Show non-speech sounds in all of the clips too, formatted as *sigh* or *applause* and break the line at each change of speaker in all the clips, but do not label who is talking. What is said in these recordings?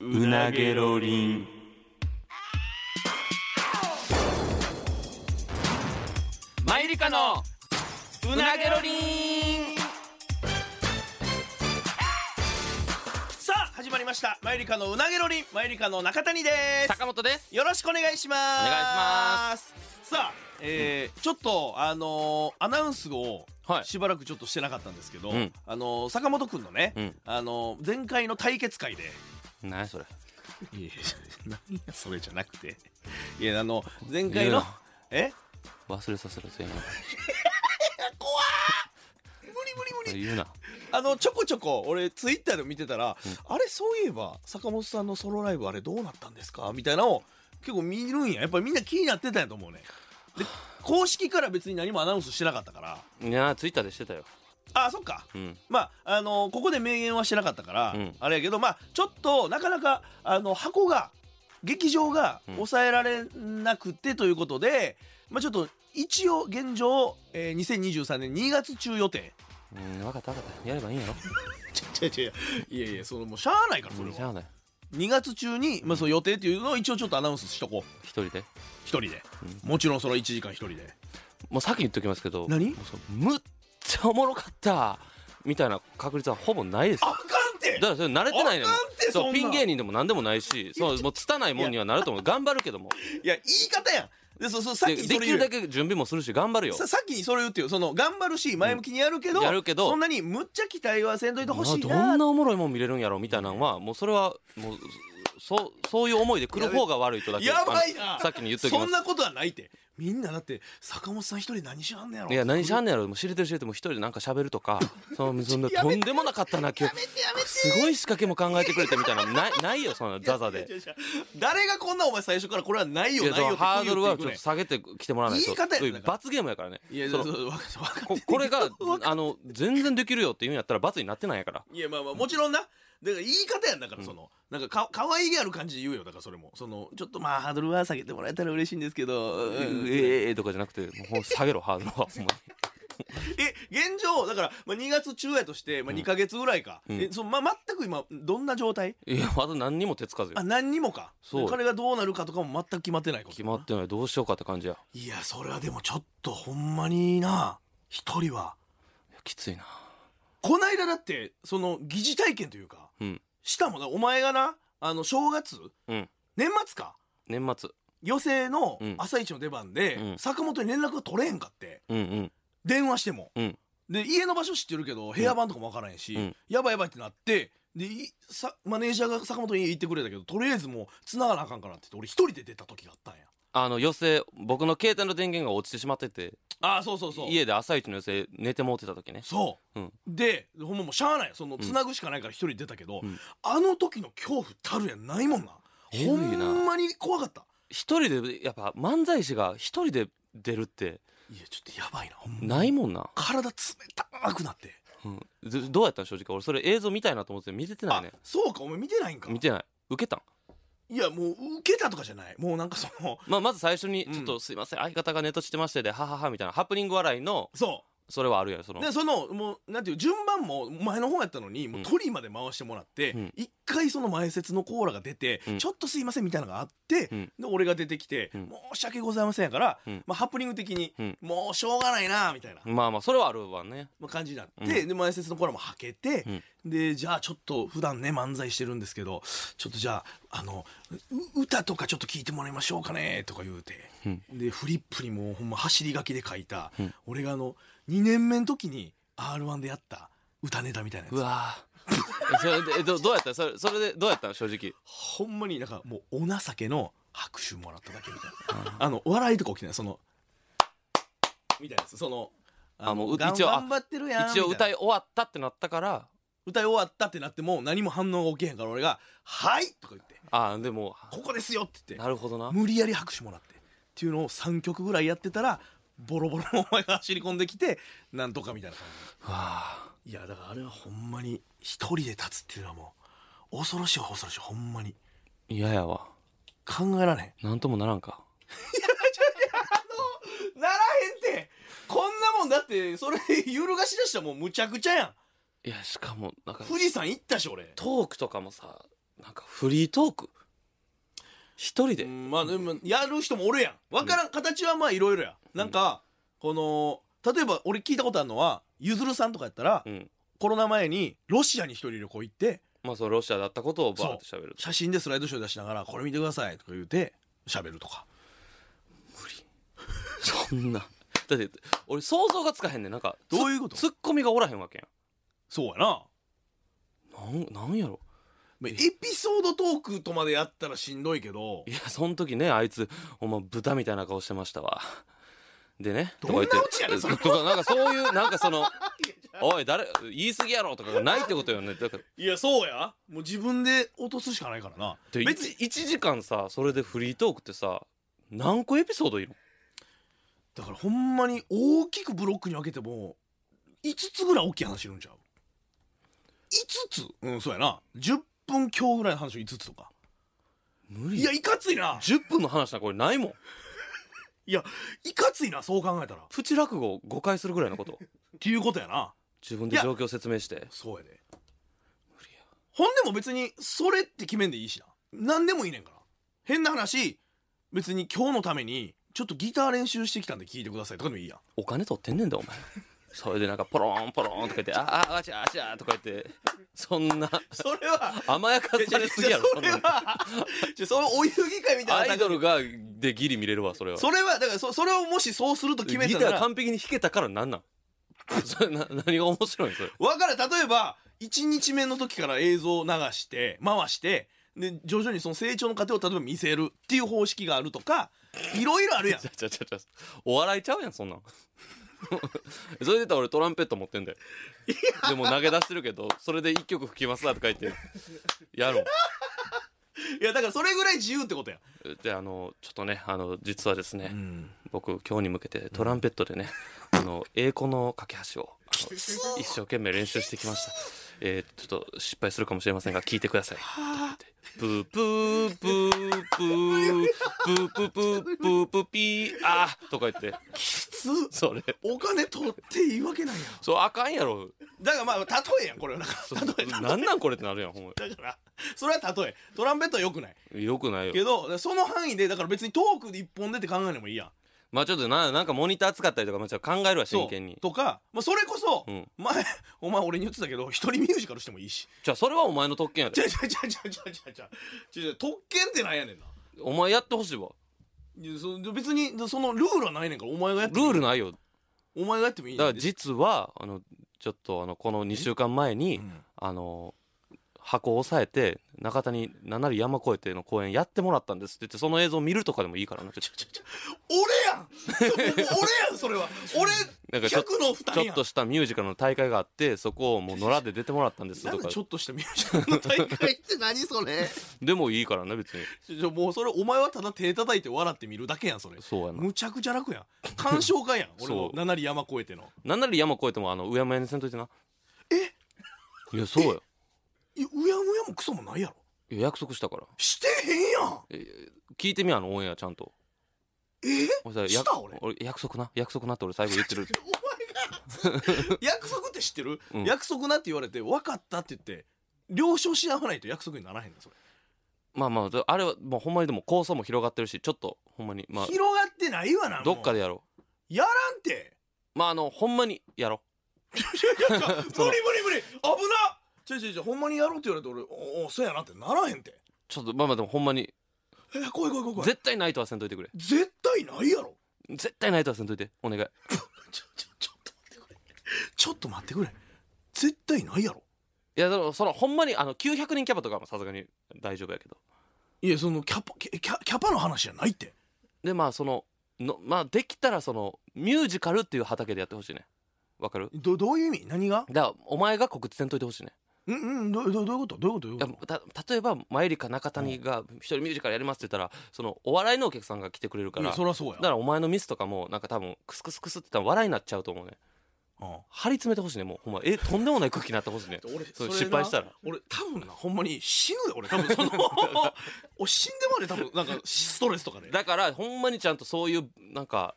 うなげろりんマイリカのうなげろりん
さあ始まりましたマユリカのうなげろりんマユリカの中谷です
坂本です
よろしくお願いします
お願いします
さあ、えーちょっとあのーアナウンスを
はい
しばらくちょっとしてなかったんですけど、
うん
あのー坂本くんのね、
うん
あのー前回の対決会で
何それ
いや何やそれじゃなくていやあの前回
言う
の
な
え
忘れさせろ全員
怖ー無理無理無理
言うな *laughs*
あのちょこちょこ俺ツイッターで見てたら、あれそういえば坂本さんのソロライブあれどうなったんですかみたいなのを結構見るんややっぱりみんな気になってたんやと思うねで公式から別に何もアナウンスしてなかったから
いやーツイッターでしてたよ
あそっか
うん
まああのここで明言はしてなかったから、
うん
あれやけどまあちょっとなかなかあの箱が劇場が
うん
抑えられなくてということで、まあちょっと一応現状、えー2023年2月中
*laughs*
予定
うん分かった分かったやればいいんやろ
違う違ういやいやそのもうしゃあないからそ
う
れ
ん
は
じゃあね
2月中に、まあ、その予定っていうのを一応ちょっとアナウンスしとこう
一人で
一人で、もちろんその1時間一人で
もう先言っときますけど
何
もうそのむっちゃおもろかったみたいな確率はほぼないです
あか
よ
んて
だからそれ慣れてないの
あ
よ
かんって
そ
そんな
うピン芸人でも何でもないしそうもう拙いもんにはなると思う頑張るけども
いや言い方やんでそそさっ
で
きに
で
それ
きる
言うよ
だけ準備もするし頑張るよ
ささっきにそれ言うってよその頑張るし前向きにやるけど,、
やるけど
そんなにむっちゃ期待はせんといてほしいな
どんなおもろいもん見れるんやろみたいなのはもうそれはもうそそういう思いで来る方が悪いとだけ
やばいな
あのさっきに言っときま
そん
す
なことはないってみんなだって坂本さん一人何しはんねやろ
いや何しゃんねやろもう知れてる知れてるもう一人でなんか喋るとかそのそんな
や
と
めて
んでもなかったな今日すごい仕掛けも考えてくれてみたいなないないよそんなザザで
いやいやいや誰がこんなお前最初からこれはないよ
いや
ない
そ
よ
の
って
ハードルは
こ
ち
う
ょっ
言う
と下げてきてもらわないと
言い方やね
そういう罰ゲームやからね
いや
その
そうそうわか *laughs* わかって
こ
る
これがあの全然できるよって言うんやったら罰になってないやから
いやまあまあもちろんなだから言い方やんだからその、なんかか可愛げある感じで言うよだからそれもそのちょっとまあハードルは下げてもらえたら嬉しいんですけど、
え
うん
えとかじゃなくてもうほん下げろハードルはほんまに
え現状だから、まあ、2月中やとして、まあ、2か月ぐらいか、
ん
えそのまあ、全く今どんな状態
いやまだ何にも手つかずよ
あ何にもか
そう
彼がどうなるかとかも全く決まってないこと
決まってないどうしようかって感じや
いやそれはでもちょっとほんまにな一人はい
やきついな
こないだだってその疑似体験というか
うん
したもんなお前がなあの正月
うん
年末か
年末
予選の
うん
朝一の出番で、
うん
坂本に連絡が取れへんかって
うんうん
電話しても、
うん
で家の場所知ってるけど部屋番とかも分からへんし、
うん
やばいやばいってなってでいさマネージャーが坂本に行ってくれたけどとりあえずもう繋がなあかんからって言って俺一人で出た時があったんや
あの寄席僕の携帯の電源が落ちてしまってて
ああそうそうそう
家で朝一の寄席寝てもうてた時ね
そう、
うん
でほんまもうしゃあないその繋ぐしかないから一人出たけど、
うん
あの時の恐怖たるやないもんな
え
ほ
ぐいなん
まに怖かった
一人でやっぱ漫才師が一人で出るって
いやちょっとやばいなほんまに
ないもんな、
体冷たくなって
うん、ずどうやったん正直俺それ映像見たいなと思って見れてないね
あそうかお前見てないんか
見てない受けたん、
いやもう受けたとかじゃないもうなんかそ
*laughs*
の
まあ、まず最初に「
うん
ちょっとすいません相方がネットしてまして」で「ははは」みたいなハプニング笑いの
そ
それはあるやろそうの
でそのもうなんていう順番も前の方やったのにも
う
う
ん
トリまで回してもらって、
うん
一回その前説のコーラが出て、
うん
ちょっとすいませんみたいなのがあって、
うん
で俺が出てきて、
うん
申し訳ございませんやから、
うん
まあ、ハプニング的に、
うん
もうしょうがないなみたいな、
まあまあそれはあるわね
まあ感じになって、で前説のコーラもはけて、でじゃあちょっと普段ね漫才してるんですけどちょっとじゃああのう歌とかちょっと聞いてもらいましょうかねとか言うて、でフリップにもうほんま走り書きで書いた、俺があの2年目の時に r 1でやった歌ネタみたいなやつ
うわー *laughs* えそれでえどどうやったそれそれでどうやったの正直
ほんまになんかもうお情けの拍手もらっただけみたいなあの笑いとか起きてないそのみたいなやつその
あもう
がん
一応あ
頑張ってるやん
一応
みた
歌
い
い終わったってなったから
歌い終わったってなっても何も反応が起きへんから俺が「はい!」とか言って
あーでも
「ここですよ!」って言っ
な
て
るほどな
無理やり拍手もらってっていうのを3曲ぐらいやってたらボロボロのお前が走り込んできてなんとかみたいな感じいやだからあれはほんまに一人で立つっていうのはもう恐ろしいわ恐ろしいほんまに
嫌ややわ
考えられへん
なんともならんか
ならへんってこんなもんだってそれ揺るがしだしたらもうむちゃくちゃやん
いやしかもなんか
富士山行ったし俺
トークとかもさなんかフリートーク一人で、
うんまあでもやる人もおるやんわからん形はまあいろいろやなんかこの例えば俺聞いたことあるのはゆずるさんとかやったら
うん
コロナ前にロシアに一人旅行行って
まあそのロシアだったことをバーって喋る
写真でスライドショー出しながらこれ見てくださいとか言うて喋るとか
そんなだって俺想像がつかへんねんなんか
どういうこと
ツッコミがおらへんわけ
そうやな
やんなんなんやろ
まあエピソードトークとまでやったらしんどいけど
いやその時ねあいつお前豚みたいな顔してましたわでね
どんな
とか言って
オチやねんそれ
とかなんかそういうなんかその「おい誰言い過ぎやろ」とかがないってことよねだから
いやそうやもう自分で落とすしかないからな
で
別に
1, 時間さそれでフリートークってさ何個エピソードいるの
だからほんまに大きくブロックに分けても5つぐらい大きい話いるんちゃう5つうんそうやな10分強ぐらいの話を5つとか
無
い
理
やいかついな
10分の話なんか俺ないもん
いやいかついなそう考えたらっ
プチ落語を誤解するぐらいのこと
ていうことやな
自分で状況説明して
そうやでほんでも別にそれって決めんでいいしな何でもいいねんから変な話別に今日のためにちょっとギター練習してきたんで聴いてくださいとかでもいいやん
お金取ってんねんだお前それでなんかポロンポロンとか言って「あああちゃあちゃ」とか言ってそんな
それは
甘やかされすぎやろそん
い
な
や
い
やそれはじゃあそのお遊戯会みたいな
アイドルがでギリ見れるわそれは
それはだからそそれをもしそうすると決め
ギ
た
タ
な
ー
ら
完璧に弾けたからなんなんそれな *laughs* 何が面白いんそれ
わからん例えば1日目の時から映像を流して回してで徐々にその成長の過程を例えば見せるっていう方式があるとかいろいろあ
*laughs*
るやん
ちゃちゃちゃちゃお笑いちゃうやんそんなん *laughs* それで言ったら俺トランペット持ってんだよでも投げ出してるけどそれで一曲吹きますわとか言ってやろう
いやだからそれぐらい自由ってことや
であのちょっとねあの実はですね、
ん
僕今日に向けてトランペットでね、あの英語の架け橋をあの一生懸命練習してきました、えーちょっと失敗するかもしれませんが聞いてくださいブーブーブーブーブーブーブーブーブーピーあーとか言って
きつ
それ
お金取っていいわけないやん
そうあかんやろ
だからまあ例えやんこれはだか
そ
ら例えだ
なんなんこれってなるやんほんま
からそれは例えトランペットはよくない
よくないよ
けどその範囲でだから別にトークで一本でって考えるのもいいやん
まあちょっとななんかモニター使ったりとか、まあ、ちょっと考えるわ真剣に
そうとか、まあ、それこそ、
うん
前お前俺に言ってたけど一人ミュージカルしてもいいし
じゃあそれはお前の特権や
ち
で
ゃちゃちゃちゃちゃちゃちゃちゃちゃ特権ってなんやねんな
お前やってほしいわ
いやそ別にそのルールはないねんからお前がやって
ル
も
ー
いい
ルないよ
お前がやってもいい
だ
ね
から
んで
実はあのちょっとあのこの2週間前に、
ん
あの箱を押さえて中田に七里山越えての公演やってもらったんですって言ってその映像見るとかでもいいからなちょちょち
俺やんそ俺やんそれ
*laughs*
は
な
俺
んかちょ
100の負
ょ
担
ちょ
や
っ
ん
としたミュージカルの大会があってそこをもう野良で出てもらったんです
な
と
んで
か
ちょっとしたミュージカルの大会って何
*laughs*
それ
でもいいからね別に
ちょちょもうそれお前はただ手叩いて笑って見るだけやんそれ
そうやな
むちゃくちゃ楽やん鑑賞会やん俺
*laughs* そ
の
う
七里山越えての
七里山越えてもあのうやむやにせんといてなえいやそうよ
いやうやむやもクソもないやろ
いや約束したから
してへんやん
聞いてみあのオンエアちゃんと
え
俺さや
した俺
約束な約束なって俺最後言ってる *laughs*
約束って知ってる、
うん
約束なって言われて分かったって言って了承し合わないと約束にならへんのそれ、
まあまあだあれはもうほんまにでも構想も広がってるしちょっとほんまにまあ
広がってないわなもう
どっかでやろ
やらんて
*laughs* うまああのほんまにやろ
いやいや無理無理無理危なちょいちょいちょいほんまにやろうって言われて俺おおそうやなってならへんて
うちょっとまあまあでもほんまに
え怖い怖い怖い怖い
絶対ないとはせんといてくれ
絶対ないやろ
絶対ないとはせんといてお願い
ちょちょちょっと待ってくれちょっと待ってくれ絶対ないやろ
いやでもそのほんまにあの900人キャパとかはさすがに大丈夫やけど
いやそのキャパキャキャキャパの話じゃないって
でまあそののまあできたらそのミュージカルっていう畑でやってほしいねわかる
どどういう意味何が
だからお前が告知せんといてほしいね
うんうんどうどうどういうことどういうことどういう
いや
こと
た例えば前よりか中谷が一人ミュージカルやりますって言ったらそのお笑いのお客さんが来てくれるか
い
ら
やそりゃそうや
だからお前のミスとかもなんか多分クスクスクスって多分笑いになっちゃうと思うね
うん
張り詰めてほしいねもうほんまえとんでもない空気になってほしい
*laughs*
ね
俺
そう
それ
失
な
敗したら
俺多分なほんまに死ぬで俺
*laughs*
多分その俺死んでまで多分なんかストレスとかで
だからほんまにちゃんとそういうなんか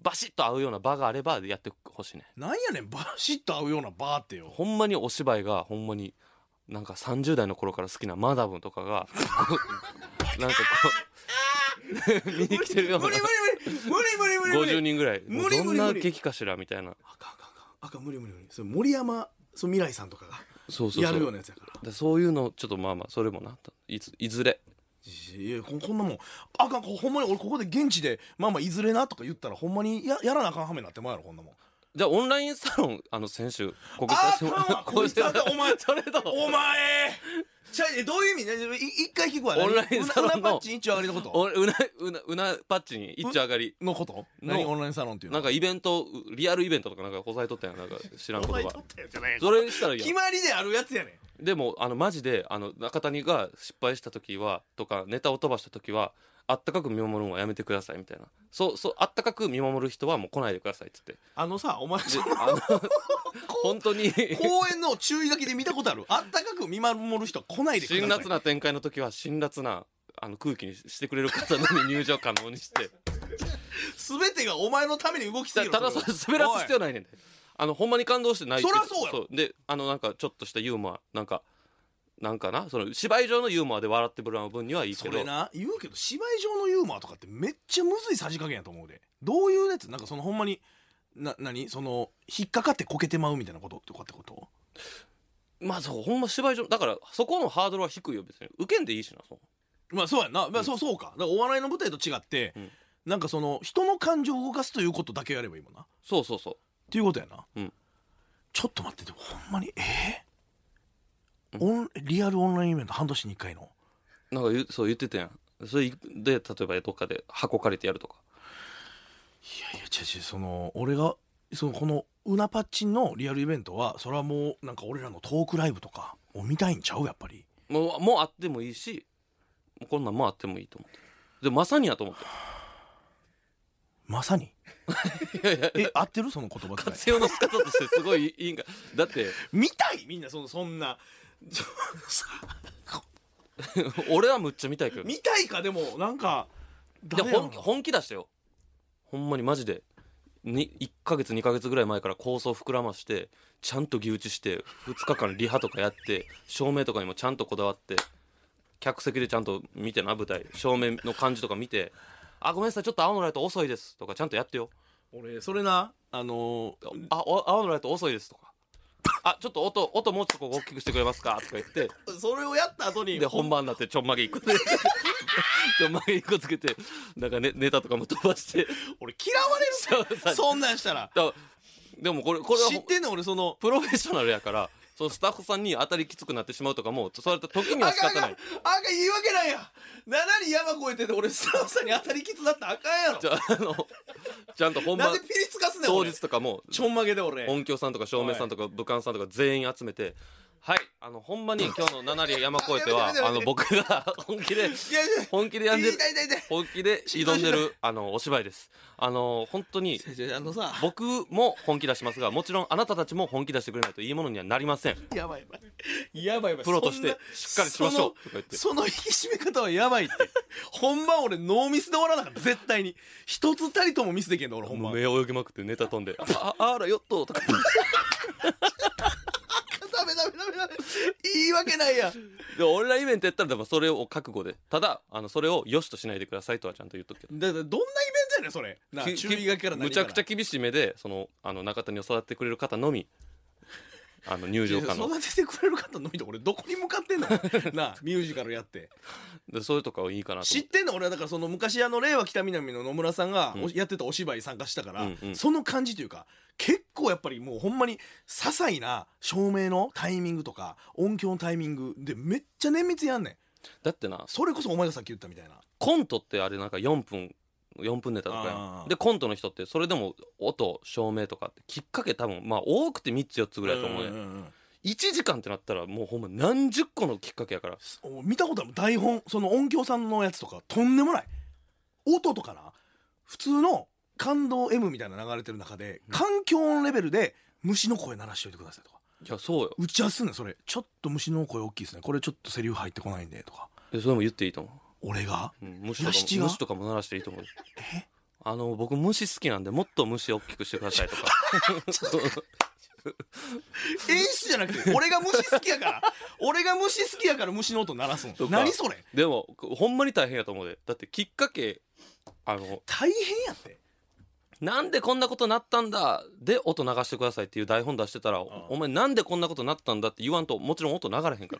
バシッと合うような場があればやってほしいね
なんやねんバシッと合うようなバーってよ
ほんまにお芝居がほんまになんか30代の頃から好きなマダムとかがなんかこ
*laughs*
う見に来てるような
無理無理無理無理無理無理無理
50人ぐらいもう
無理無理
どんな
無理
劇かしらみたいな
あかんあかんあかんあかん無理無理無理それ森山そう未来さんとかが
そうそうそう
やるようなやつやから
でそういうのちょっとまあまあそれもないついずれ
いやここんなもんあかんこほんまに俺ここで現地でまあまあいずれなとか言ったらほんまにややらなあかんはめになってまうやろこんなもん
じゃあオンラインサロンあの先週告
あ
知
かんわ
こ
こ
う
い
し
つ
て
あかんお前
それと
お前ちゃうえどういう意味ねい一回聞くわね
オンラインサロンの
うなうなパッチン一丁上がりのこと
おうなうなうなパッチに一丁上がり
のこと何
の
オンラインサロンっていうの
なんかイベントリアルイベントとかなんかこさえとったやんなんか知らん言
お前
葉
取ったやつじゃないやん
それにしたらいいやん
決まりであるやつやねん
でもあのマジであの中谷が失敗した時はとかネタを飛ばした時はあったかく見守るのはやめてくださいみたいなそうそうあったかく見守る人はもう来ないでくださいっつってで
あのさお前その
あの本当
*laughs*
に
公園の注意書きで見たことあるあったかく見守る人は来ないでください
辛辣な展開の時は辛辣なあの空気にしてくれる方の
*laughs*
み入場可能にして
全てがお前のために動きす
た
ぎる
ただそれ滑らす必要ないねんであのほんまに感動してない
そらそうやろ
であのなんかちょっとしたユーモアなんかなんかなその芝居上のユーモアで笑ってもらう分にはいい
そ
け
れ
ど
な言うけど芝居上のユーモアとかってめっちゃむずいさじ加減やと思うでどういうやつなんかそのほんまにな何その引っかかってこけてまうみたいなこととかってこと
まあそうほんま芝居上だからそこのハードルは低いよ別に受けんでいいしなそう
まあそうやんな、まあ、そうそうかだからお笑いの舞台と違って、
うん
なんかその人の感情を動かすということだけやればいいもんなっ
そうそうそう
ていうことやな、
うん
ちょっと待ってでもほんまにえーオンリアルオンラインイベント半年に1回の
なんか言うそう言ってたやんそれで例えばどっかで箱借りてやるとか
いやいや違う違うその俺がそのこのうなパッチンのリアルイベントはそれはもうなんか俺らのトークライブとかを見たいんちゃうやっぱり
もうもうあってもいいしもうこんなんもうあってもいいと思ってでまさにやと思って
まさにえ合ってるその言葉遣い
活用の仕方としてすごいいいんかだって
見たいみんなそのそんなちょさ
俺はむっちゃ見たいけど
見たいかでもなんか
で
誰やろ
本
な
気本気出してよほんまにマジでに1ヶ月2ヶ月ぐらい前から構想膨らましてちゃんと牛打ちして2日間リハとかやって照明とかにもちゃんとこだわって客席でちゃんと見てな舞台照明の感じとか見て「あごめんなさいちょっと青のライト遅いです」とかちゃんとやってよ
俺それなあのー
「あお青のライト遅いです」とか「あちょっと音音もうちょっとここ大きくしてくれますか」とか言って
それをやった後に
で本番になってちょんまげ1個つけ
*laughs*
てちょんまげ1個つけてなんか、ね、ネタとかも飛ばして
俺嫌われる
そうそう
そんなんしたら
だでもこれこれは
知ってんの俺その
プロフェッショナルやからそのスタッフさんに当たりきつくなってしまうとかもそれと時に
あ
は仕
かんあ
方
かん
な
あ
い
かん言い訳なんや7人山越えてて俺スタッフさんに当たりきつだったらあかんやろ
じゃああのちゃんと本
な
番
んでピリつかすねん
当
俺
日とかも
ちょんまげで俺
音響さんとか照明さんとか武漢さんとか全員集めてはいあのほんま
*laughs*
に今日の七里山越えてはあの僕が本気で
いやいや
本気でやんでる
痛い痛い痛い
本気で挑んでるあのお芝居ですあの本当に
いやいやあのさ
僕も本気出しますがもちろんあなたたちも本気出してくれないといいものにはなりません
やばいやばいやばいやばい
プロとしてしっかりしましょうとか
そ
言
の
って
その引き締め方はやばいってほんま俺ノーミスで終わらなかった絶対に一つたりともミスできへんの俺ほんま
目泳ぎまくってネタ飛んで「ああらよっと」とか
ダメダメダメダメ言い訳ないや
でオンラインイベントやったらでもそれを覚悟でただあのそれをよしとしないでくださいとはちゃんと言っとくけど
だだどんなイベントやねんそれな
き
注意書きから
き
何
む
か
ち
ら
ゃくちゃ厳しい目でそのあの中谷を育ててくれる方のみ *laughs* あの入場可
いや
能
育ててくれる方のみと俺どこに向かってんの
*laughs*
なあミュージカルやって
でそういうとかはいいかなと
知ってんの俺はだからその昔あの令和北南の野村さんがおやってたお芝居参加したから、
うんうん
その感じというか結構やっぱりもうほんまに些細な照明のタイミングとか音響のタイミングでめっちゃ綿密やんねん
だってな
それこそお前がさっき言ったみたいな
コントってあれなんか4分4分ネタとかや
あ
ん
ー
でコントの人ってそれでも音照明とかってきっかけ多分まあ多くて3つ4つぐらいだと思うね、
んんん
1 1時間ってなったらもうほんま何十個のきっかけやから
お見たことある台本その音響さんのやつとかとんでもない音とかな普通の感動 M みたいなの流れてる中で環境音レベルで虫の声鳴らしておいてくださいとか
いやそうよ
打ち合わせすんねんそれちょっと虫の声大きいですねこれちょっとセリフ入ってこないんでとか
えそれも言っていいと思
俺が
う、うん、虫
い
と
や
か
七
も
が
虫とかも鳴らしていいと思う
え
あの僕虫好きなんでもっと虫大きくしてくださいとか
演出じゃな *laughs* くて俺が虫好きやから俺が虫好きやから虫の音鳴らす
と
の
か
何それ
でもほんまに大変やと思うでだってきっかけあの
大変やって
なんでこんなことなったんだで音流してくださいっていう台本出してたら、お前なんでこんなことなったんだって言わんともちろん音流れへんか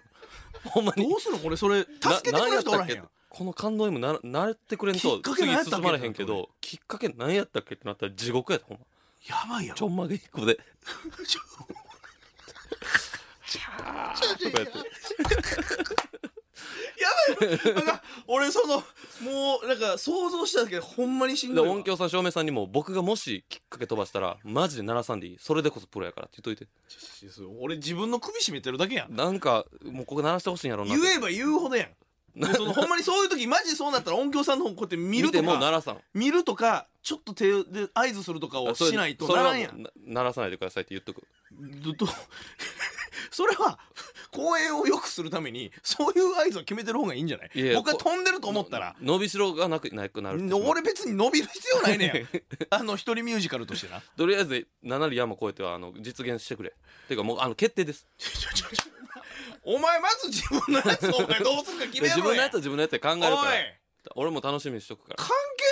らほんまに
どうするのこれそれ助けてくれる人おらへんやん
この感動 M な慣れてくれん
き
と
っかけ
次
何やったっけ
進まれへんけどきっかけ何やったっけってなったら地獄やでほんま
やばいや
ちょ
ろ
んまげ一個で
ちょ
とかやって
なんか俺そのもうなんか想像しただけでほんまにしん
で
どいわ
音響さん照明さんにも僕がもしきっかけ飛ばしたらマジで鳴らさんでいいそれでこそプロやからって言っといて
俺自分の首絞めてるだけやん
なんかもうここ鳴らしてほしいんやろうな
言
って
えば言うほどやんでそのほんまにそういう時マジでそうなったら音響さんの方こうやって見る
て
と
もう鳴
から
さん
見るとかちょっと手で合図するとかを
それ
しないと
それ
な
は
らんやん
もう鳴らさないでくださいって言っとく
どど *laughs* それは公演を良くするためにそういう合図を決めてる方がいいんじゃない
いやいや
僕が飛んでると思ったら
の伸びしろがなくなくなるって
俺別に伸びる必要ないねん *laughs* あの一人ミュージカルとしてな
とりあえず7里山越えてはあの実現してくれっていうかもうあの決定です
ちょちょちょお前まず自分のやつをお前どうするか決めろや
自分のやつは自分のやつで考えるから
おい
俺も楽しみにしとくから
関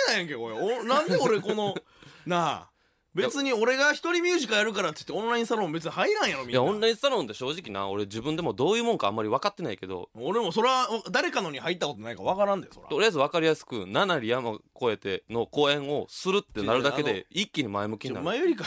係ないやんけこれおなんで俺この
*laughs*
なあ別に俺が一人ミュージカルやるからって言ってオンラインサロン別に入らんやろみん
や
ない
オンラ
イ
イ
ン
ンサロンって正直な俺自分でもどういうもんかあんまり分かってないけど
俺もそれは誰かのに入ったことないから分からんでそら
とりあえず分かりやすく七里山越えての公演をするってなるだけ
いやいや
で一気に前向きになる
前よりか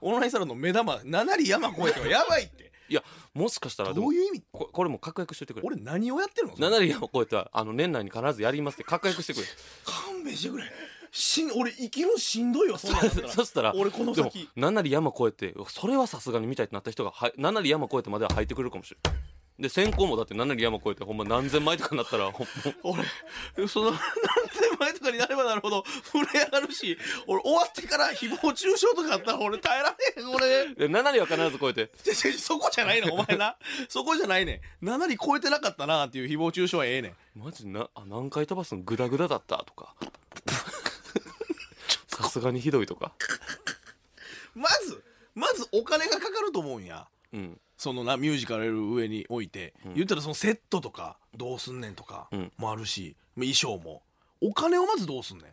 オンラインサロンの目玉七里山越えてはやばいって
いやもしかしたらで
ど
も
ういう意味
ここれも確約しといてくれ
俺何をやってるの
七里山越えてはあの年内に必ずやりますって確約してくれ
勘弁してくれしん俺生きるのしんどい *laughs* わそんなんだったら
*laughs* そしたら
俺この
でも
先
七里山越えてそれはさすがに見たいってなった人がは七里山越えてまでは入ってくれるかもしれないで先行もだって七里山越えてほんま何千枚とかになったらほん *laughs* ま
俺その何千枚とかになればなるほど震え上がるし俺終わってから誹謗中傷とかあったら俺耐えられへん俺
で七里は必ず越えて
ちょちょそこじゃな
*laughs*
いねんお前なそこじゃないねん7里超えてなかったなっていう誹謗中傷はええねん
マジなあ何回飛ばすのグダグダだったと
*laughs*
かさすがにひどいとか
まずまずお金がかかると思うんや
うん
そのなミュージカルやる上において、言ったらそのセットとかどうすんねんとか
ん
もあるし、まあ衣装もお金をまずどうすんねん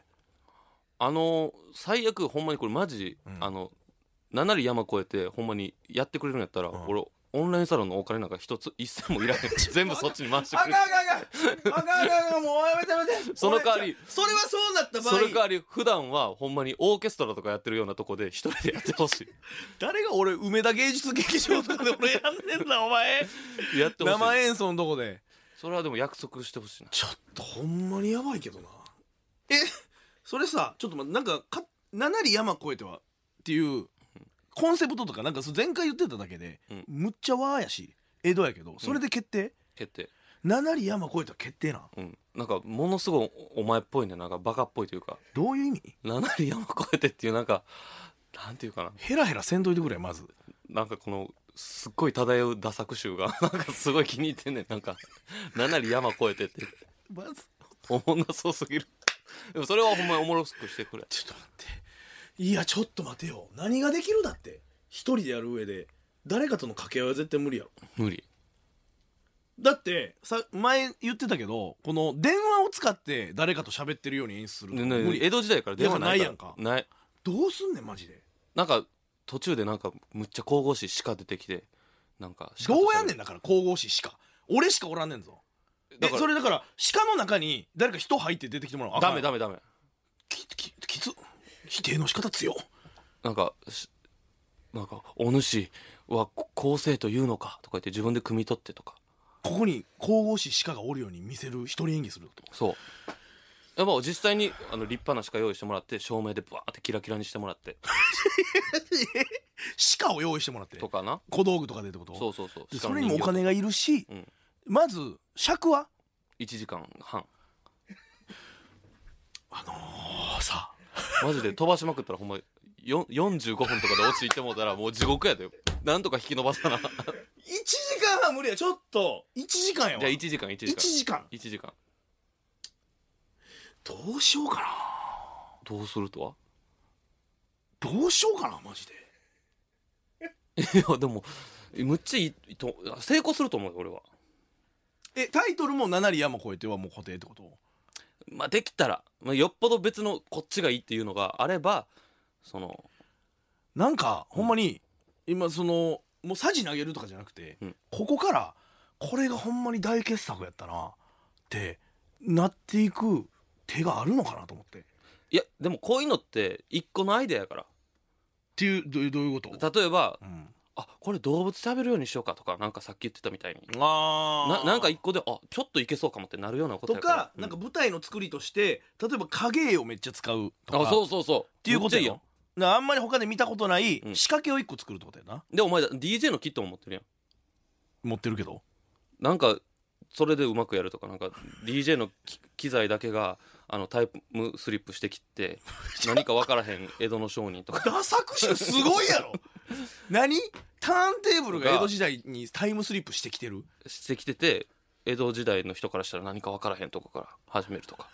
あの最悪ほんまにこれマジ、あの七里山越えてほんまにやってくれるんやったら、俺オンラインサロンのお金なんか一つ一銭もいら *laughs* ない全 *laughs* 部そっちに回して
あか
く
ん
れ
あかんあかんあかんあかんあかんもうやめてやめて
その代わり
俺それはそうなった場合
それ代わり普段はほんまにオーケストラとかやってるようなとこで一人でやってほし
誰が俺梅田芸術劇場とかで俺やんねんだお前
い *laughs* やってほしい
*laughs* 生演奏のとこで
それはでも約束してほしいな
ちょっとほんまにやばいけどなえそれさちょっと待ってなんかか七里山越えてはっていうコンセプトとかなんかそう前回言ってただけで、
うん
むっちゃわーやし江戸やけどそれで決定、
決定
七里山越えては決定なん
うんなんかものすごいお前っぽいねなんかバカっぽいというか
どういう意味
七里山越えてっていうなんかなんていうかな
ヘラヘラせんといてくれまず
なんかこのすっごい漂う打作集が *laughs* なんかすごい気に入ってんねんなんか七里山越えてって
まず
おもんなそうすぎるでもそれはほんまにおもろくしてくれ
ちょっと待っていやちょっと待てよ何ができるだって一人でやる上で誰かとの掛け合いは絶対無理やろ
無理
だってさ前言ってたけどこの電話を使って誰かと喋ってるように演出するの
ねね
無理
江戸時代から電話ないから
だから
ない
どうすんねんマジで
なんか途中でなんかむっちゃ神々しい鹿出てきてなんか鹿
ど
と
う
喋る
やんねんだから神々しい鹿俺しかおらんねんぞ
だ
で
から
それだから鹿の中に誰か人入って出てきてもらう
ダメダ
メ
メダメ
きききつ否定の仕方強
なんかしなんかお主は構成というのかとか言って自分で汲み取ってとか
ここに神々しい鹿がおるように見せる一人演技すると
そうやまあ実際にあの立派な鹿用意してもらって照明でバーってキラキラにしてもらって
鹿を用意してもらって
とかな
小道具とかでってこと
そうそうそう
でそれにもお金
が
がいるし、
うん
まず尺は
1時間半
ああさ
マジで飛ばしまくったらほんまよ45分とかで落ちてもうたらもう地獄やでなんとか引き伸ばさ
*laughs*
なじ
1時間半無理やちょっと1時間や
ゃ
わ
あ1時間1時間
1時間
1時間
どうしようか
どうするとは *laughs*
などうしようかなマジで
いやでもむっちゃいいと成功すると思うよ俺は
えタイトルも「七里山越えて」はもう固定ってこと
まあできたら、まあ、よっぽど別のこっちがいいっていうのがあればその
なんかほんまに、今そのもうサジ投げるとかじゃなくて、
うん
ここからこれがほんまに大傑作やったなってなっていく手があるのかなと思ってっ
いやでもこういうのって一個のアイデアやか
ていうどうどういうこと、
ら例えば
うん、
あこれ動物食べるようにしようかとかなんかさっき言ってたみたいに
あ
ななんか一個であちょっといけそうかもってなるようなこと
と
や
か、
うん
なんか舞台の作りとして例えば影絵をめっちゃ使うとか
あそう
っ
そうそうって
いうこと
いい
や
よ
よなあんまり他で見たことない
うん
仕掛けを一個作るってことやな、
でお前だ DJ のキットも持ってるやん
持ってるけど
なんかそれでうまくやるとかなんか DJ のき機材だけがあのタイムスリップしてき
*laughs*
て何か分からへん江戸の商人とか
ダ作集すごいやろ *laughs* 何ターンテーブルが江戸時代にタイムスリップしてきてる
してきてて江戸時代の人からしたら何か分からへんとこから始めるとか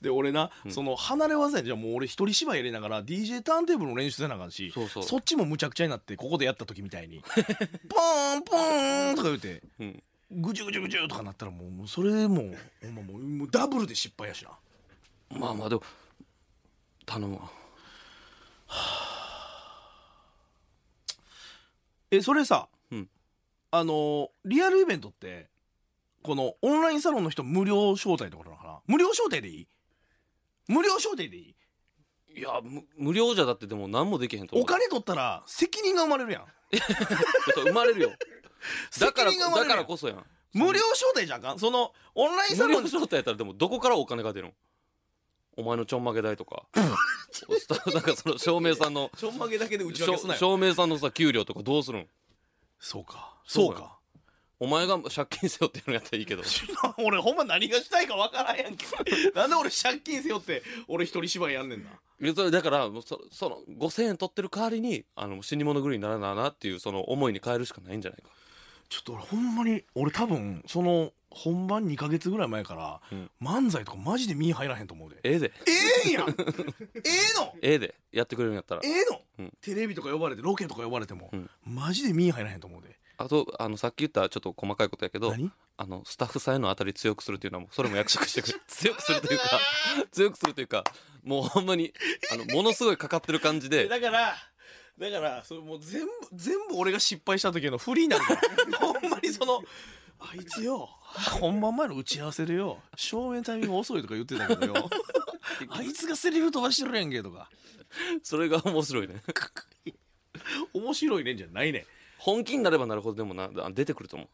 で俺な、その離れ技やんじゃあもう俺一人芝居入れながら DJ ターンテーブルの練習せなあかんし
そうそう
っちもむちゃくちゃになってここでやった時みたい *laughs* にポーンポーンとか言うて
うん
ぐちゅぐちゅぐちゅとかなったらもうもうそれでもうほんまもうもうダブルで失敗やしな
まあまあでも頼むわ
えそれさ、
うん
あのーリアルイベントってこのオンラインサロンの人無料招待ってことなのかな無料招待でいい無料招待でいい
いやむ無料じゃだってでも何もできへんと思
お
う
金取ったら責任が生まれるやん
そう生まれるよだから
責任が生まれ
だ
る
からこそやん
無料招待じゃんかんそのオンラインサ
無
ロ
料
ン
状態やったらでもどこからお金が出るんお前のちょんまげ代と
*laughs*
かスタなんかその照明さんの
ちょんまげだけで打ち分けすなよ
照明さんのさ給料とかどうするん
そうか
そ
そうう
か
か
お前が借金せよっていうのやったらいいけど
*laughs* 俺ほんま何がしたいかわからんやんけなんで俺借金せよって俺一人芝居やんねんない
やそれだからもうそその5,000円取ってる代わりにあの死に物狂いにならなあなっていうその思いに変えるしかないんじゃないか
ちょっと俺ほんまに俺多分その本番2か月ぐらい前から、
うん
漫才とかマジで身入らへんと思うでえ
ええで
えんやん *laughs* ええの
ええでやってくれるんやったら
ええの、
うん
テレビとか呼ばれてロケとか呼ばれても、
うん
マジで身入らへんと思うで
あとあのさっき言ったちょっと細かいことやけど
何
あのスタッフさんへの当たり強くするっていうのはもうそれも約束して
*laughs*
くれ強くするというか強くするというかもうほんまにあのものすごいかかってる感じで
だからだからそれもう全部全部俺が失敗した時のフリーなる *laughs* からほんまにそのあいつよ本番前の打ち合わせでよ照明タイミング遅いとか言ってたけど *laughs* よあいつがセリフ飛ばしてるやんけとか
それが面白いね
面白いねんじゃないねん
本気になればなるほどでもな出てくると思う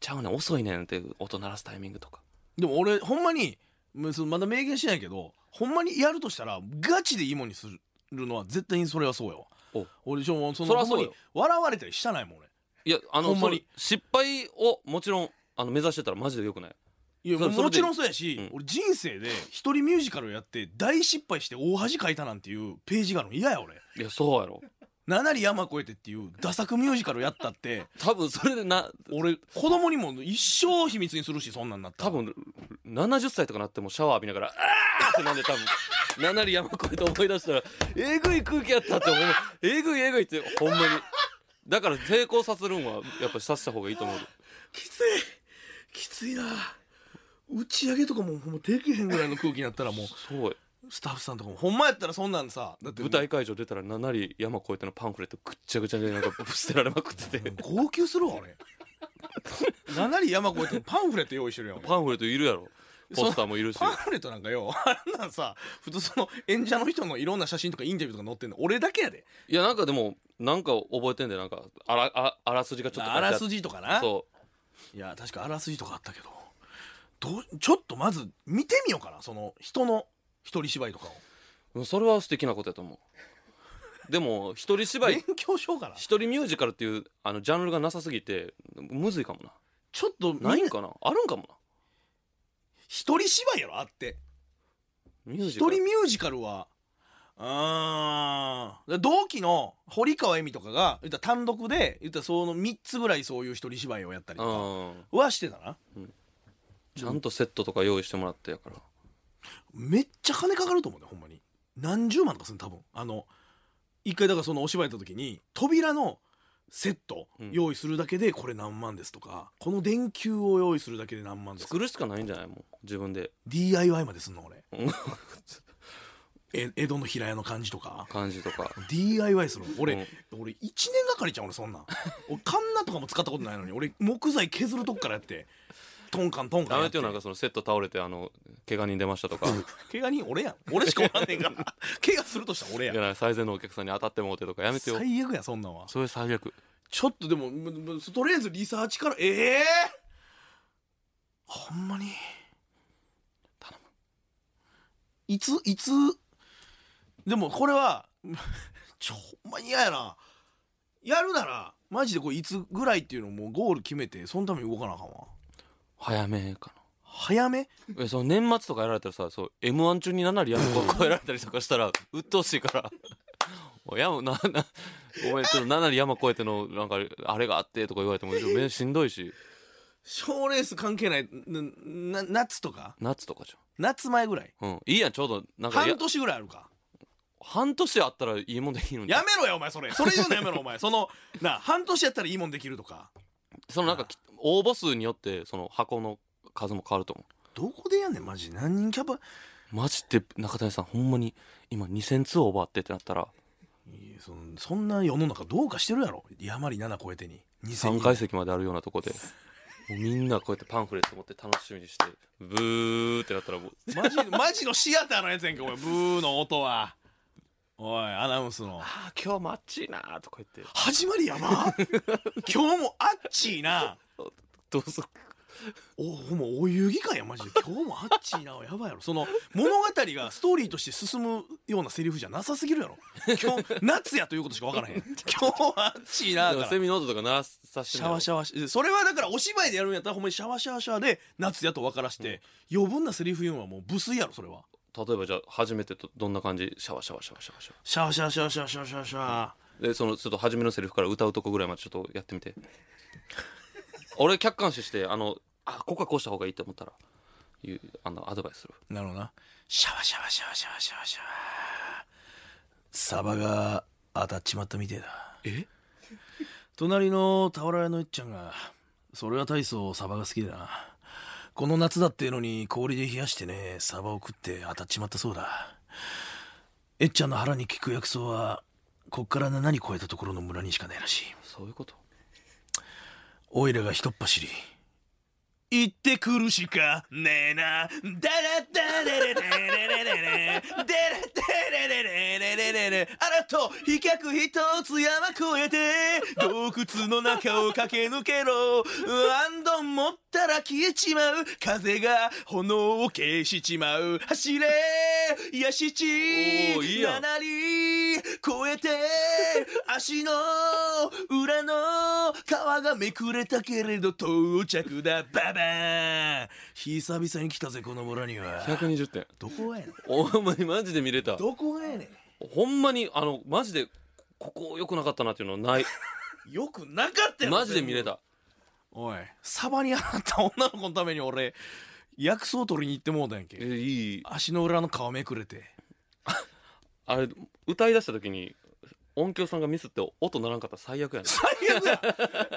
ちゃうねん遅いねんって音鳴らすタイミングとか
でも俺ほんまにまあそのまだ明言してないけどほんまにやるとしたらガチでいいもんにするのは絶対にそれはそうやわ
お
俺しょもうその
そら
ほんま
そうよ
に笑われたりしたないもん俺
いやあの
ほんまに
それ失敗をもちろんあの目指してたらマジでよくない
いや
それ
も
それで
もちろんそうやし、
うん
俺人生で一人ミュージカルをやって大失敗して大恥かいたなんていうページがあるの嫌や俺
いやそうやろ
七里山越えてっていうダサ作ミュージカルやっ
*laughs*
たって
多分それでな
俺子供にも一生秘密にするしそんなんなった
多
ら
分70歳とかなってもシャワー浴びながら「あー!」ってなんで多分七里山越えて思い出したらえぐい空気やったって思うえぐいえぐいってほんまにだから成功させるんはやっぱさせた方がいいと思う
きついきついな打ち上げとかももうできへんぐらいの空気になったらもう
そう
スタッフさんとかもほんまやったらそんなんさだって
舞台会場出たら七里山越えてのパンフレットぐっちゃぐちゃでなんか捨てられまくってて
号泣するわ俺七里山越えてパンフレット用意してるやん俺
パンフレットいるやろポスターもいるし
パンフレットなんかよあんなんさ普通その演者の人のいろんな写真とかインタビューとか載ってんの俺だけやで
いやなんかでもなんか覚えてんでなんかあらああらすじがちょっと書いてっ
あ
て
らすじとかな
そう
いや確かあらすじとかあったけどどうちょっとまず見てみようかなその人の一人芝居とかを
うんそれは素敵なことやと思うでも一人芝
勉
居
強しようかな
一人ミュージカルっていうあのジャンルがなさすぎてむずいかもな
ちょっとみん
ないんかなあるんかも
一人芝居やろあって
なミュー
一
ジカ
人
ル
ミュージカルはうーん同期の堀川恵美とかが言ったら単独で言ったらその3つぐらいそういう一人芝居をやったりと
うん
かはしてたな
ちゃんとセットとか用意してもらってやから
めっちゃ金かかると思うねほんまに何十万とかするの多分あの一回だからそのお芝居やった時に扉のセット
うん
用意するだけでこれ何万ですとか、この電球を用意するだけで何万です
作るしかないんじゃないもう自分で *laughs*
DIY まですんの俺
うん
え江戸の平屋の感じとか
感じとか
DIY するの俺、
うん
俺1年がかりちゃう俺そん *laughs* なん俺カンナとかも使ったことないのに俺木材削るとこからやってトンカントンカ
や
ンや
め
って
よなんかそのセット倒れてあの怪我人出ましたとか
怪我人俺やん俺しかおらんねんから *laughs* 怪我するとしたら俺や
いや最善のお客さんに当たってもうてとかやめてよ
最悪やそんなんは
それ最悪
ちょっとでもむむとりあえずリサーチからええほんまに
頼む
いついつでもこれはちょほんまに嫌やなやるならマジでこれいつぐらいっていうのをもうゴール決めてそのために動かなあかんわ
早めか
早め
なえその年末とかやられたらさそう m 1中に7割やめこえられたりとかしたら *laughs* 鬱陶しいからおいやもうななごめんちょっと7割山越えてのなんかあれがあってとか言われてもめしんどいし
賞レース関係ないなな夏とか
夏とかじ
夏前ぐらい
ゃんうんいいやんちょうどなんかや
半年ぐらいあるか
半年あったらいいもんできるんだ
やめろやお前それそれ言うのやめろお前そのなあ半年やったらいいもんできるとか
そのなんかき応募数によってその箱の数も変わると思
どこでやんねんマジ何人キャパ
うマジで中谷さんほんまに今2000通オーバーってってなったら
いやそんそんな世の中どうかしてるやろ山里7超えてに2000
3
人
階席まであるようなとこでもうみんなこうやってパンフレット持って楽しみにしてブーってなったらもう
マジマジのシアターのやつやんけお前ブーの音はおいアナウンスの
あー今日もあっちいなーとか言って
始まりやば今日もあっちーな
どうぞ
おほんまお遊戯会やマジで今日もあっちーなやばいやろその物語がストーリーとして進むようなセリフじゃなさすぎるやろ今日夏やということしか分からへん今日はあっちー
で
なか
も
ら
セミの音とか鳴らさせ
シ
て
ャワシ
ャ
ャワしそれはだからお芝居でやるんやったらほんまにシャワシャワシャワで夏やと分からして、余分なセリフ言うのはもう無粋やろそれは
例えばじゃあ初めてとどんな感じシャワシャワシャワシャワシャ
シャワシャワシャワシャワシャワシャワシャワ
ワでそのちょっと初めのセリフから歌うとこぐらいまでちょっとやってみて俺客観視してあのあここはこうした方がいいと思ったらいうあのアドバイスする
なるほどな。シャワシャワシャワシャワシャワシャワ。サバが当たっちまったみてえだ。
え
隣の俵屋のいっちゃんが、それは大層サバが好きだな。この夏だっていうのに氷で冷やしてね、サバを食って当たっちまったそうだ。えっちゃんの腹に効く薬草は、こっから7に超えたところの村にしかないらしい。
そういうこと
オイラがひとっ走り。行ってくるしかねえな。ダラダレレレレレレレレ。ダラダレレレレレレレ。あらと、飛脚一つ山越えて、洞窟の中を駆け抜けろ。アンドン持ったら消えちまう。風が炎を消しちまう。走れ、ヤシチ。
おーいいやん
なり越えて足の裏の皮がめくれたけれど到着だババーン久々に来たぜこの村には
120点
どこがやねん
お前マジで見れた
どこがやねん
ほんまにあのマジでここ良くなかったなっていうのは *laughs* ない
よくなかったよ
マジで見れた
おいサバにあった女の子のために俺薬草取りに行ってもうたんやん
え
け
いい
足の裏の皮めくれて
あれ歌い出した時に音響さんがミスって音ならんかったら最悪やね
最悪や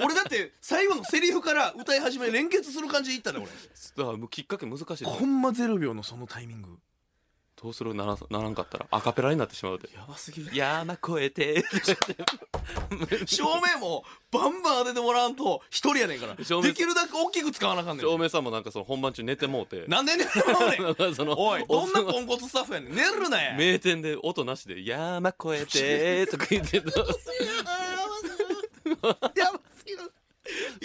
俺だって最後のセリフから歌い始め連結する感じでいったで
*laughs*
俺
だからもうきっかけ難しい
コンマ0秒のそのタイミング
どうするならならんかったらアカペラになってしまうで
やばすぎる
山越え
*laughs*
て
照明もバンバン当ててもらわんと一人やねんからで
照明
きるだけ大きく使わなあかんねん
照明さんもなんかその本番中寝てもうて *laughs*
なん *laughs* で寝てもらうねん
その
おいどんな
お
ポンコツスタッフやねん寝るな *laughs* や
名店で音なしで「山越えて」とか言ってた
*laughs* やばすぎるやばすぎる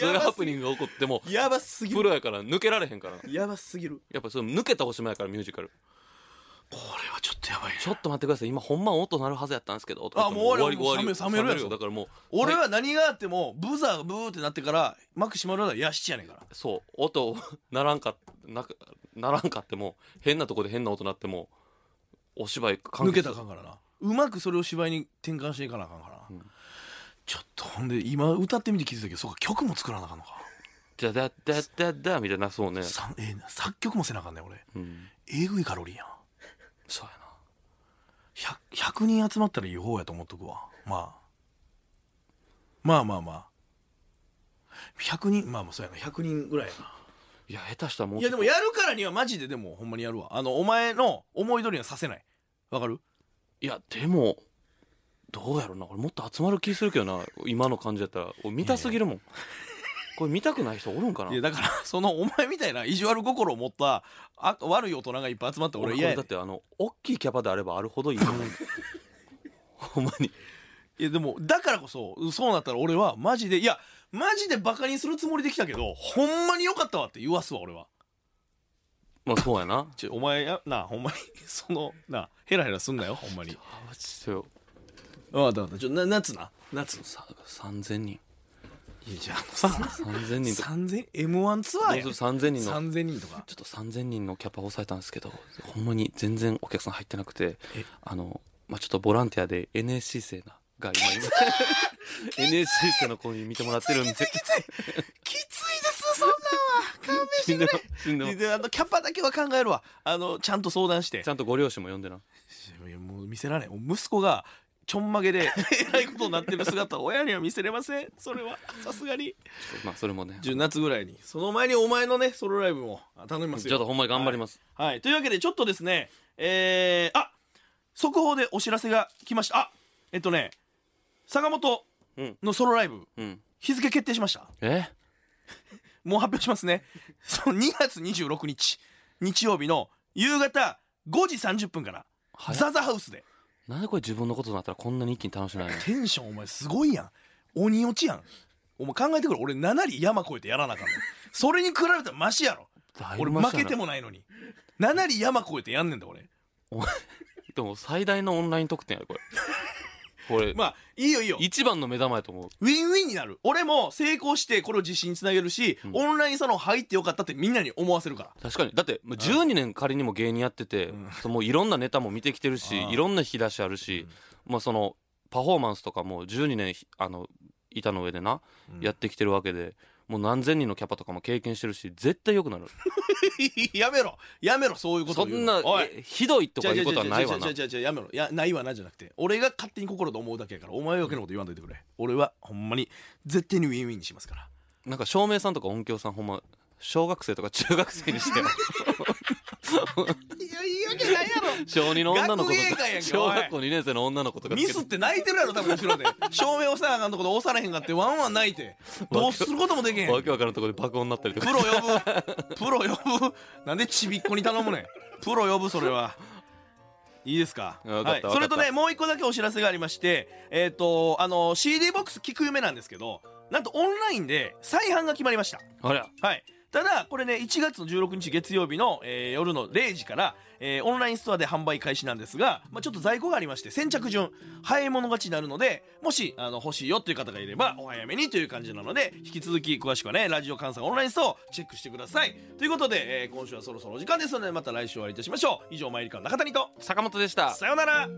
それハプニングが起こっても
やばすぎ
プ
る
ロやから抜けられへんから
やばすぎる
やっぱそれ抜けたおしまいやからミュージカル
これはちょっとやばいな
ちょっと待ってください今ほんまは音鳴るはずやったんですけどとか言って
あもう終わり
終わり
もう冷め冷めるやん
冷だからもう
俺は何があってもブザーがブーってなってから幕閉まるのはヤシチやねんから
そう音 *laughs* ならんかなくならんかっても変なとこで変な音なってもお芝居関
抜
係
けたらあかんからなうまくそれを芝居に転換していかなあかんから、
ん
ちょっとほんで今歌ってみて気づいたけどそうか曲も作らなあかんのか
ダダダダダみたいなそうね
さえー作曲もせなあかんねん俺
うん
えぐいカロリーやん
そうやな
100, 100人集まったらいい方やと思っとくわまあまあまあまあ100人まあまあそうやな100人ぐらいやない
や下手したらもう
い
い
やでもやるからにはマジででもほんまにやるわあのお前の思い通りにはさせないわかる
いやでもどうやろうな俺もっと集まる気するけどな今の感じやったら俺見たすぎるもんこれ見たくない人おるんかない
やだからそのお前みたいな意地悪心を持ったあ悪い大人がいっぱい集まったら俺
俺
嫌
これ
やね
だ
ん
ってあの大きいキャパであればあるほどいいと思うほんまに
いやでもだからこそそうなったら俺はマジでいやマジでバカにするつもりできたけどほんまによかったわって言わすわ俺は
まあそうやな
ちょお前やなほんまに *laughs* そのなヘラヘラすんなよほんまに
あマジでよ
ああだだちょな夏な夏
さ3000人
いやじゃあさ
3000人とか
3000 M1 ツアーや
どうする3000人の
3000人とか
ちょっと3000人のキャパ抑えたんですけどほんまに全然お客さん入ってなくて
え
あの、まあ、ちょっとボランティアで NSC 生なが今います
*laughs*
NSC 生の子に見てもらってるんで
きついですそんなんは勘弁
死んでも死 *laughs* んでも
であのキャパだけは考えるわあのちゃんと相談して
ちゃんとご両親も呼んでない
やもう見せられんもう息子がちょんまげでえらいことになってる姿を親には見せれませんそれはさすがに
まあそれもねちょ
10月ぐらいにその前にお前のねソロライブもあ頼みます
っ
よ
とほんまに頑張ります、
はい、はいというわけでちょっとですねえー、あ速報でお知らせが来ましたあえっとね坂本
うん
のソロライブ
うん
日付決定しました
え
もう発表しますね。 *laughs* その2月26日、日曜日の夕方5時30分から、
早っ
ザザハウスで。
なんでこれ自分のことになったらこんなに一気に楽しめ
*laughs*
ないの
テンションお前すごいやん。鬼落ちやん。お前考えてくれ。俺7里山越えてやらなあかんの。それに比べたらマシやろ。
だいぶ
俺
マシ
負
やな
けてもないのに。7里山越えてやんねんだ俺。
お前でも最大のオンライン特典や
*laughs*
でこれこれ、
まあ、いいよいいよ。
一番の目玉やと思う
ウィンウィンになる。俺も成功してこれを自信につなげるし、
ん
オンラインサロン入ってよかったってみんなに思わせるから。
確かにだってもう12年仮にも芸人やってて、そうもういろんなネタも見てきてるし
ああ
いろんな引き出しあるし、まあ、そのパフォーマンスとかも12年ひあの板の上でな、やってきてるわけでもう何千人のキャパとかも経験してるし絶対良くなる
やめろ。やめろ、そういうこと
そ
を言うん
な
のおい
えひどいと
じ
か
ゃ
いうことはないわな
じゃじゃやめろ。いや、ないわなじゃなくて、俺が勝手に心と思うだけやから、お前はけのこと言わんといてくれ。俺はほんまに絶対にウィンウィンにしますから。
なんか照明さんとか音響さんほんま小学生とか中学生にして
いや、いいわけないや
小2の女の子
学
と
芸会
か
やんけ
小学校2年生の女の子とか
ミスって泣いてるやろ、多分後
*laughs*
ろで。照明をさなあかんとこで押されへんかって、ワンワン泣いて。どうすることもできへん。
わけわからんところで爆音になったりと
プ
か
ロ呼ぶ。プロ呼ぶ。なんでちびっこに頼むねん。プロ呼ぶ、それは。いいですか
あわかったわかっ
はい、そ
た
れとねもう一個だけお知らせがありましてえっ、とあの CD ボックス聞く夢なんですけどなんとオンラインで再販が決まりました
あれ
はい。ただ、これね、1月の16日月曜日の、えー夜の0時から、えーオンラインストアで販売開始なんですが、まあ、ちょっと在庫がありまして、先着順、早い者勝ちになるので、もし、あの、欲しいよという方がいれば、お早めにという感じなので、引き続き、詳しくはね、ラジオ関西オンラインストアをチェックしてください。ということで、えー今週はそろそろお時間ですので、また来週お会いいたしましょう。以上、マイリカの中谷と、
坂本でした
さようなら